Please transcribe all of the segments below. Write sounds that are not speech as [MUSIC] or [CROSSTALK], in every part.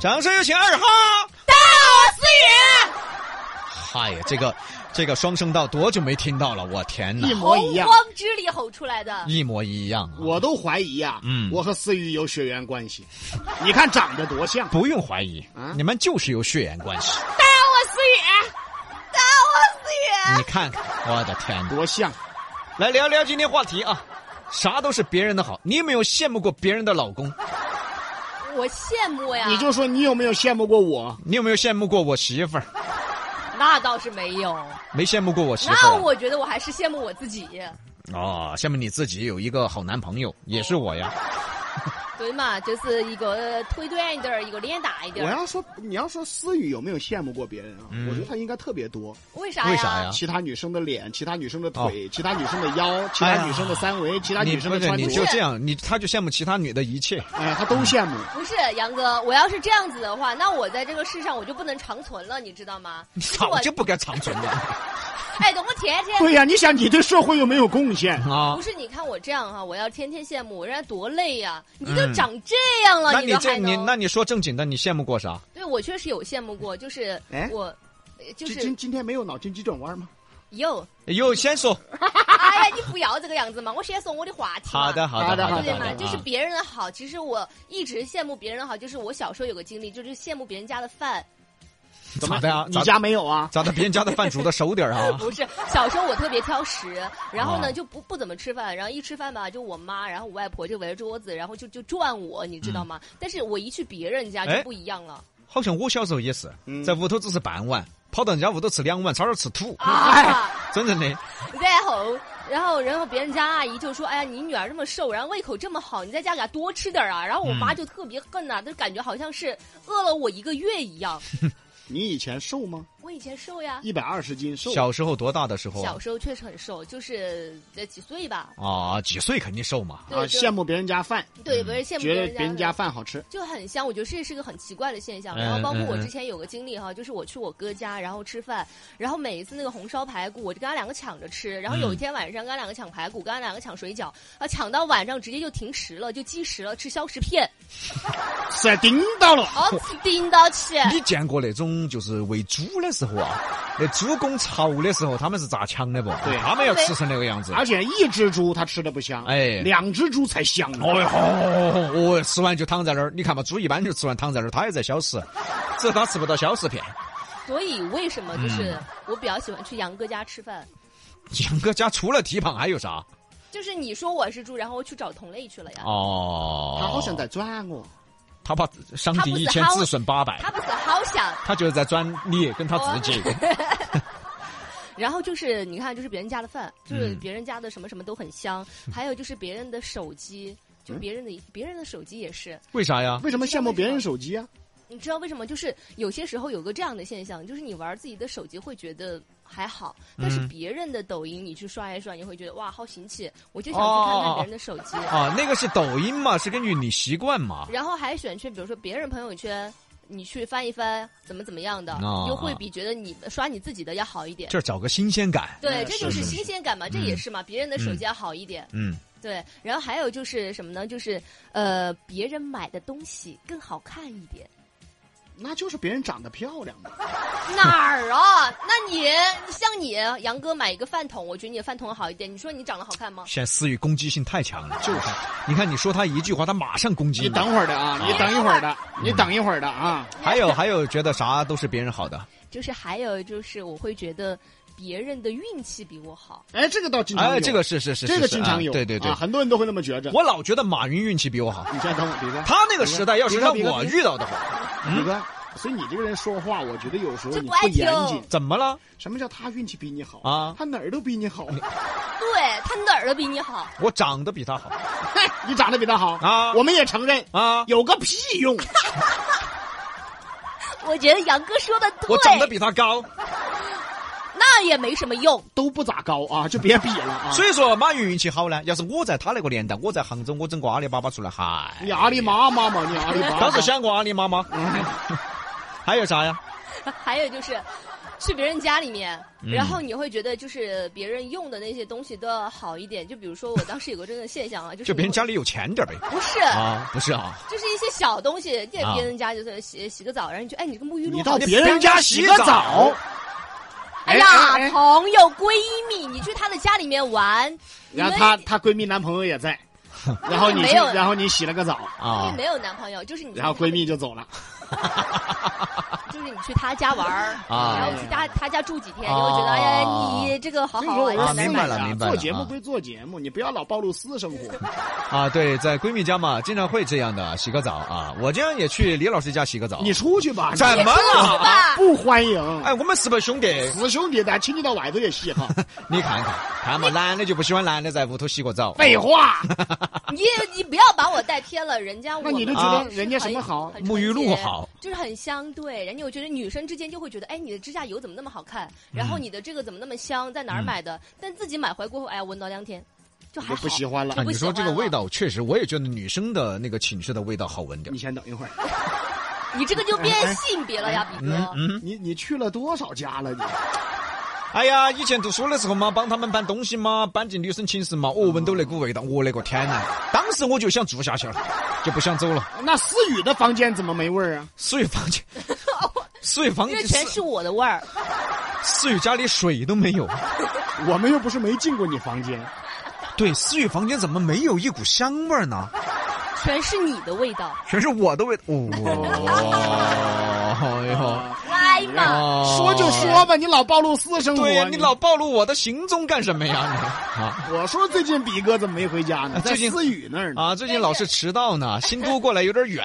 掌声有请二哈！大家好，我是啊思雨。嗨呀，这个这个双声道多久没听到了？我天哪一，模洪一样，荒之力吼出来的。一模一样啊！我都怀疑呀、嗯我和思雨有血缘关系。你看长得多像，不用怀疑啊，你们就是有血缘关系。大家好，我思雨。大家好，我思雨。你看看，我的天哪！多像。啊来聊聊今天话题啊，啥都是别人的好，你有没有羡慕过别人的老公？嗯我羡慕呀。你就说你有没有羡慕过我？你有没有羡慕过我媳妇儿？那倒是没有。没羡慕过我媳妇那儿啊我觉得我还是羡慕我自己。哦，羡慕你自己有一个好男朋友，也是我呀。对嘛，就是一个腿短一点儿，一个脸大一我点儿。要说你要说思雨有没有羡慕过别人啊？我觉得她应该特别多，为啥呀？为嗯啥呀啊哦其他女生的脸，其他女生的腿，其他女生的腰，其哎他呀女生的三围，其他你女生不的是穿你着，就嗯这样，你他就羡慕其他女的一切。哎，她都羡慕。不是杨哥，我要是这样子的话，那我在这个世上我就不能长存了，你知道吗？你是早我就不该长存了哎，等我天天对呀、你想你对社会有没有贡献？啊不！是，你看我这样哈、我要天天羡慕，人家多累呀、你嗯都长这样了，那你你都这还你能？那你说正经的，你羡慕过啥？对我确实有羡慕过，就是哎我，呃就是今今今天没有脑筋急转弯吗？哟，有先说。哎呀，你不要这个样子嘛！我先说我的话题嘛。好的，好好的，的好好的，对好嘛，的。就是啊别人的好。其实我一直羡慕别人的好，就是我小时候有个经历，就是羡慕别人家的饭。咋的哎呀？你咋的？家没有啊？咋的？别人家的饭煮的熟点儿啊？ [LAUGHS] 不是，小时候我特别挑食，然后啊呢就不不怎么吃饭，然后一吃饭吧，就我妈，然后我外婆就围着桌子，然后就就转我，你知道吗？但是我一去别人家嗯哎就不一样了。好像我小时候也是，嗯在屋头只是半碗，跑到人家屋头吃两碗，差点吃吐。啊！真正的，然后，然后，然后别人家阿姨就说：“哎呀，你女儿这么瘦，然后胃口这么好，你在家给她多吃点儿嗯啊。”然后我妈就特别恨呐、就感觉好像是饿了我一个月一样。你以前瘦吗？我以前瘦呀，一百二十斤瘦。小时候多大的时候啊小？时候确实很瘦，就是呃几岁吧。啊，几岁肯定瘦嘛。对啊，就羡慕别人家饭，对，不是羡慕觉得人家别人家的饭好吃。就很香，我觉得这是个很奇怪的现象。嗯然后包括我嗯嗯之前有个经历哈，就是我去我哥家，然后吃饭，然后每一次那个红烧排骨，我就跟他两个抢着嗯吃。然后有一天晚上跟他两个抢排骨，跟他两个抢水饺，啊，抢到晚上直接就停食了，就计时了，吃消食片，塞叮到了， [LAUGHS] 哦，顶到起。你见过那种就是喂猪的时候啊，那猪拱巢的时候，他们是咋抢的不？对他们要吃成那个样子。而且一只猪它吃的不香，哎两只猪才香呢。哦哟，哦，吃完就躺在那儿。你看嘛，猪一般就吃完躺在那儿，它也在消食，只是它吃不到消食片。所以为什么嗯就是我比较喜欢去杨哥家吃饭？杨哥家除了蹄膀还有啥？就是你说我是猪，然后我去找同类去了呀。哦，它好像在转我，他怕伤敌一千，自损八百他，不是好想，他就是在转你跟他自己。然后就是你看，就是别人家的饭，就是嗯别人家的什么什么都很香， [LAUGHS] 还有就是别人的手机，就嗯别人的、别人的手机也是。为啥呀？为什么羡慕别人手机啊？你知道为什么？就是有些时候有个这样的现象，就是你玩自己的手机会觉得还好，但是嗯别人的抖音你去刷一刷，你会觉得哇好新奇，我就想哦去哦看哦看别人的手机。啊，那个是抖音嘛，是根据你习惯嘛。然后还选去，比如说别人朋友圈。你去翻一翻，怎么怎么样的，哦就会比觉得你刷你自己的要好一点。就是找个新鲜感。对，嗯这就是是是新鲜感嘛，这也是嘛，别人的手机要好一点。嗯，对，然后还有就是什么呢？就是呃，别人买的东西更好看一点。那就是别人长得漂亮嘛。嗯哪儿啊？那你像你杨哥买一个饭桶，我觉得你的饭桶好一点。你说你长得好看吗？现在思雨攻击性太强了，就是，你看你说他一句话，他马上攻击你等会儿的啊，你等一会儿的，嗯你等一会儿的啊。还有还有，觉得啥都是别人好的。就是还有就是，我会觉得别人的运气比我好。哎，这个倒经常有，哎，这个是是是，这个经常有，对对对啊，。很多人都会那么觉着。我老觉得马云运气比我好，你先等我，比哥，他嗯那个时代要是让比哥我遇到的话，比哥，所以你这个人说话，我觉得有时候这你不爱不严听谨。怎么了？什么叫他运气比你好啊他哪儿都比你好， [LAUGHS] 对他哪儿都比你好。我长得比他好你长得比他好啊我们也承认，啊，有个屁用。我觉得杨哥说的对，我长得比他高，那也没什么用。 [LAUGHS] 都不咋高啊，就别比了啊！所以说马云运气好呢。要是我在他那个年代，我在杭州，我整个阿里巴巴出来，嗨，你阿里妈妈嘛，你阿里巴巴。当时想过阿里妈妈，还有啥呀？还有就是，去别人家里面，嗯然后你会觉得就是别人用的那些东西都要好一点。就比如说我当时有个这个现象啊，就是就别人我家里有钱点儿呗。不是，啊，不是啊，就是一些小东西，在啊别人家就是洗洗个澡，然后你就哎，你这个沐浴露你好到香别人家洗个澡，哎哎哎呀，哎朋友闺蜜，你去她的家里面玩，你然们后她她闺蜜男朋友也在，然后你没去，有然后你洗了个澡，因为啊没有男朋友，就是你去然后闺蜜就走了。就是你去她家玩儿，啊然后去她她家住几天，啊你会觉得哎呀，啊你这个好所以好说我玩，啊说好私明难白买了底啊明白了做节啊目归做节目，你不要老暴露私生活。啊！对，在闺蜜家嘛，经常会这样的洗个澡啊。我经常也去李老师家洗个澡。你出去吧，怎么好了？吧？不欢迎？哎，我们是不是兄弟？死兄弟，咱请你到外头去洗哈。你看看，看嘛，男的就不喜欢男的在屋头洗个澡。废话，你你不要把我带偏了，人家我那你就们觉得是很人家什么好很沐浴露纯洁好，就是很相对。人家我觉得女生之间就会觉得，哎，你的指甲油怎么那么好看？然后你的这个怎么那么香？在哪儿买的？但自己买回过后，哎呀，闻到两天就还就好。不喜欢了啊，。不你喜说欢这个味了道，确实我也觉得女生的那个寝室的味道好闻点你儿。先等一会儿，你这个就变性别了呀，比哥。嗯，你你去了多少家了？你哎呀，以前读书的时候嘛，帮他们搬东西嘛，搬进女生寝室嘛，哦，闻到那股味道，我勒个天呐！当时我就想住下去了，就不想走了。那思雨的房间怎么没味儿啊？所以房间，所以房因为间，全是我的味儿，思雨家里水都没有。我们又不是没进过你房间，对，思雨房间怎么没有一股香味儿呢？全是你的味道，全是我的味道。哦，哎来呦，嘛！哦说就说吧，你老暴露私生活。对呀，你老暴露我的行踪干什么呀？你啊我说最近比哥怎么没回家呢？在最近思雨那儿呢。啊，最近老是迟到呢，新都过来有点远。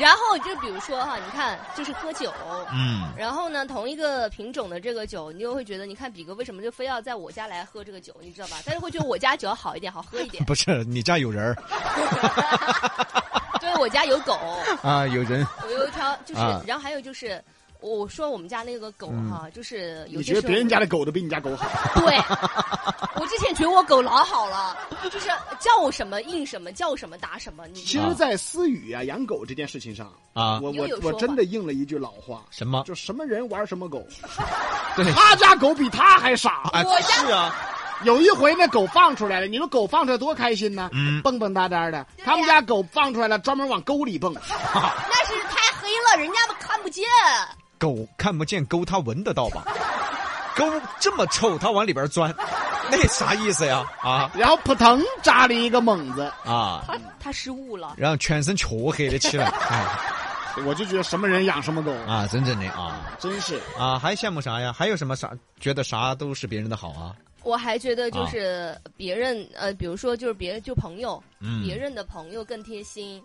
然后就比如说哈，你看，就是喝酒，嗯，然后呢，同一个品种的这个酒，你就会觉得，你看比哥为什么就非要在我家来喝这个酒，你知道吧？他就会觉得我家酒要好一点，好喝一 [LAUGHS]。点不是你家有人儿对我家有狗，啊，有人我有一条就是，啊然后还有就是。我说我们家那个狗哈，就是有嗯你些时觉得候别人家的狗都比你家狗好？啊对，我之前觉得我狗老好了，就是叫什么应什么，叫什么答什么。你其啊实，在思雨啊养狗这件事情上，啊，我又我有说我法真的应了一句老话，什么？啊就什么人玩什么狗。对他家狗比他还傻。哎我，家是啊，有一回那狗放出来了，你说狗放出来多开心呢？嗯蹦蹦哒哒的。对呀他们家狗放出来了，专门往沟里蹦。那是太黑了，人家们看不见。 [LAUGHS] 狗看不见沟，它闻得到吧？狗这么臭，它往里边钻，那啥意思呀？啊然后扑腾扎了一个猛子，啊，他他失误了，然后全身黢黑的 [LAUGHS] 起来，哎我就觉得什么人养什么狗，啊，真正的啊真是啊，还羡慕啥呀？还有什么啥？觉得啥都是别人的好啊？我还觉得就是别人、呃，比如说就是别人就朋友，嗯别人的朋友更贴 [LAUGHS] 心。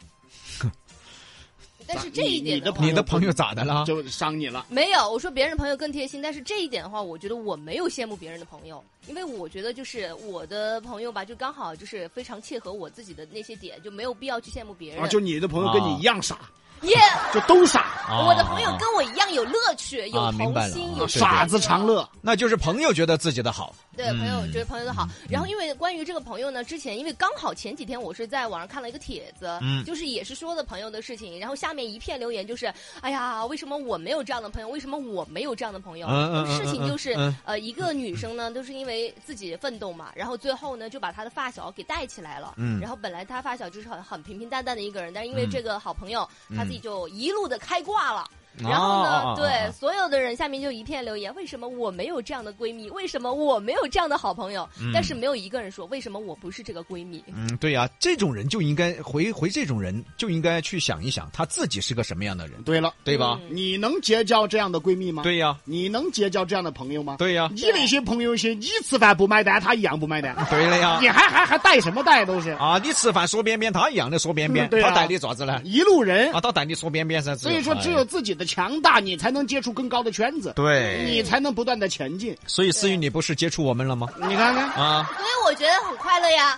但是这一点你的话你的朋友咋的了？就伤你了。没有，我说别人的朋友更贴心，但是这一点的话，我觉得我没有羡慕别人的朋友，因为我觉得就是我的朋友吧，就刚好就是非常切合我自己的那些点，就没有必要去羡慕别人。啊，就你的朋友跟你一样傻，也就都傻，啊我的朋友啊跟我一样有乐趣，有啊明童白了心，啊有对傻子常乐。乐。啊那就是朋友觉得自己的好，对朋友嗯觉得朋友的好，然后因为关于这个朋友呢，之前因为刚好前几天我是在网上看了一个帖子，嗯就是也是说的朋友的事情，然后下面一片留言就是，哎呀，为什么我没有这样的朋友？为什么我没有这样的朋友？嗯嗯事情嗯就是、嗯呃，一个女生呢，都是因为自己奋斗嘛，然后最后呢就把她的发小给带起来了，嗯然后本来她发小就是很很平平淡淡的一个人，但是因为嗯这个好朋友，嗯她自己就一路的开挂了。然后呢，啊啊啊对、啊所有的人下面就一片留言：为什么我没有这样的闺蜜？为什么我没有这样的好朋友？嗯但是没有一个人说为什么我不是这个闺蜜。嗯，对呀、这种人就应该回回这种人就应该去想一想他自己是个什么样的人，对了，对吧？嗯你能结交这样的闺蜜吗？，对呀、你能结交这样的朋友吗？对呀、你那些朋友些，你吃饭不买单，他一样不买单，对了呀你。还还还带什么带都是啊啊，你吃饭说边边，他一样的说边边，嗯对呀他带你爪子呢？一路人。啊，他带你说边边噻。所以说，只有哎自己的强大，你才能接触更高的圈子，对，你才能不断的前进。所以思雨，你不是接触我们了吗？你看看，啊，所以我觉得很快乐呀，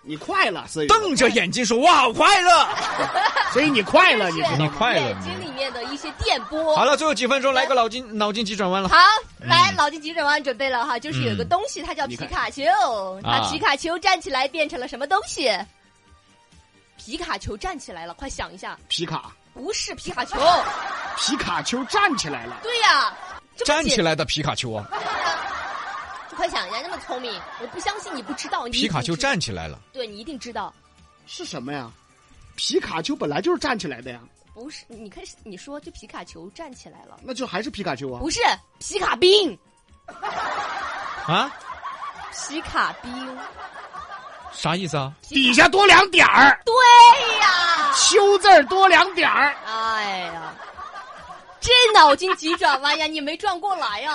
你快了，所以瞪着眼睛说哇，好快乐。啊所以你快了，是你知道你吗？快乐眼睛里面的一些电波。好了，嗯最后几分钟来个脑筋脑筋急转弯了。好，来，老金急诊完准备了哈，就是有个东西，它叫皮卡丘，它嗯啊皮卡丘站起来变成了什么东西？皮卡丘站起来了，快想一下，皮卡不是皮卡丘，皮卡丘站起来了，对呀，这么站简起来的皮卡丘啊，快想人家那么聪明，我不相信你不知道。你一皮卡定丘知道，站起来了，对你一定知道。是什么呀？皮卡丘本来就是站起来的呀，不是，你看你说这皮卡丘站起来了，那就还是皮卡丘啊。不是皮卡兵，啊，皮卡兵，啥意思啊？底下多两点儿，对呀，丘字儿多两点儿。哎呀，这脑筋急转弯呀，你没转过来呀！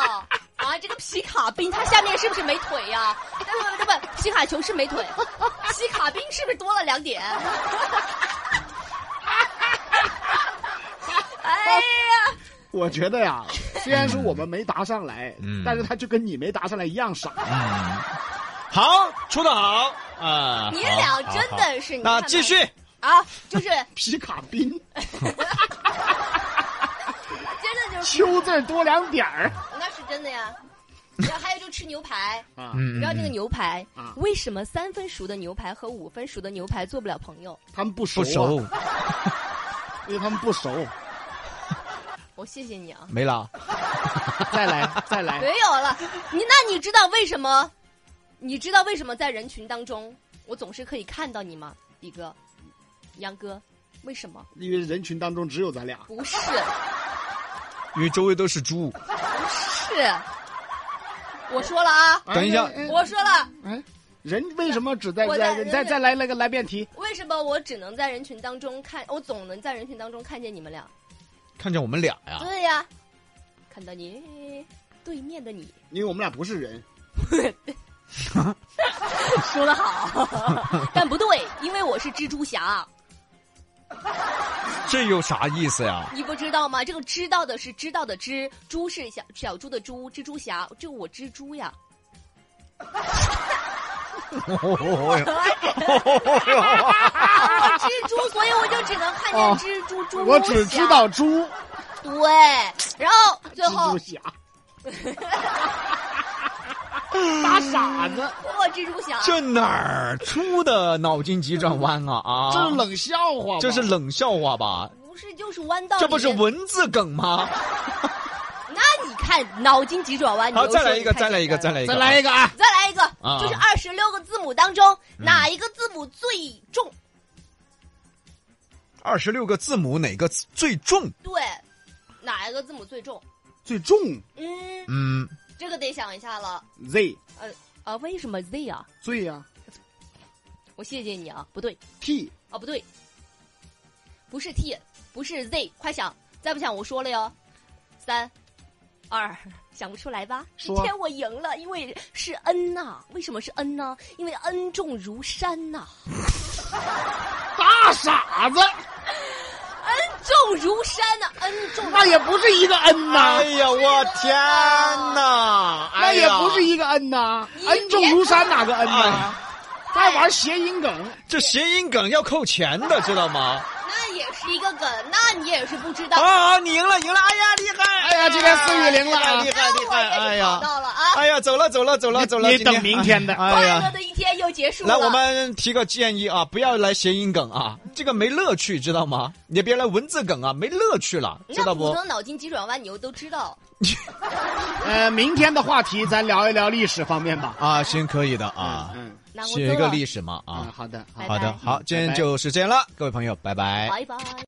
啊，这个皮卡兵它下面是不是没腿呀？不不不不，皮卡丘是没腿，皮卡兵是不是多了两点？ [LAUGHS] 哎呀，我觉得呀，虽然说我们没答上来，嗯但是他就跟你没答上来一样傻。 [LAUGHS] 嗯，好，出的好啊，你好俩好真好的是你那看看继续，啊，就是皮卡宾，真的就是丘字儿多两点儿那是真 [LAUGHS] 的呀。然后还有就吃牛排，啊。嗯，你知道这个嗯牛排啊为什么三分熟的牛排和五分熟的牛排做不了朋友？他们不熟、不啊，熟，因为他们不熟。 [LAUGHS] 我谢谢你啊，没了，再来，哦再来，没有了。你那你知道为什么？你知道为什么在人群当中我总是可以看到你吗，比哥，杨哥？为什么？因为人群当中只有咱俩。不是，因为周围都是猪。是。我说了啊，等一下哎，哎我说了，哎，人为什么只在我在在人再再来那个来辩题？为什么我只能在人群当中看，我总能在人群当中看见你们俩？看见我们俩呀，对呀，看到你对面的你，因为我们俩不是人，说得好， [LAUGHS] 但不对，因为我是蜘蛛侠，这有啥意思呀？你不知道吗？这个知道的是知道的知，猪是小小猪的猪，蜘蛛侠，这我蜘蛛呀，我蜘蛛，所以我就只能看见哦蜘蛛猪、我只知道猪对，然后最蜘后蛛 [LAUGHS] 侠，大傻子，我蜘蛛侠， [LAUGHS] 这哪儿出的脑筋急转弯啊啊！这是冷笑话吧，这是冷笑话吧？不是就是弯道，这不是？文字梗吗？哎那你看脑筋急转弯，你好，又再说来你一个，看再来见一个，我再来一个，再来一个啊！再来一个，啊嗯就是二十六个字母当中、哪一个字母最重？二十六个字母哪个最重？对，哪一个字母最重？最重嗯，嗯，这个得想一下了。 Z 啊，为什么 Z 啊？最呀我谢谢你啊，不对， T 啊不对，不是 T，不是 Z，快想，再不想我说了哟。三，二，想不出来吧？今说天我赢了，因为是 N 呐、为什么是 N 呢？因为 N 重如山呐、大傻子，重如山呐、n 重如那也不是一个 N 呐哎，呀，我天哪！那哎也呀不是一个 N 呐你，N 重如山哪个 N 呐？哎还玩谐音梗，这谐音梗要扣钱啊的，知道吗？那也是一个梗，那你也是不知道。啊，你赢了，赢了！哎呀，厉害！哎呀今天4比0了啊厉害厉害！厉害哎找呀，到了啊！哎呀，走了走了走了走了！你今天等明天的哎快乐呀，的一天又结束了。来，我们提个建议啊，不要来谐音梗啊，这个没乐趣，知道吗？也别来文字梗啊，没乐趣了，知道那普不？通脑筋急转弯你又都知道，呃，明天的话题咱聊一聊历史方面吧。啊，行，可以的啊，嗯那我写一个走了历史嘛嗯，啊。好的，好。拜好的，拜好，今天拜拜就是这样了，各位朋友，拜拜。拜拜。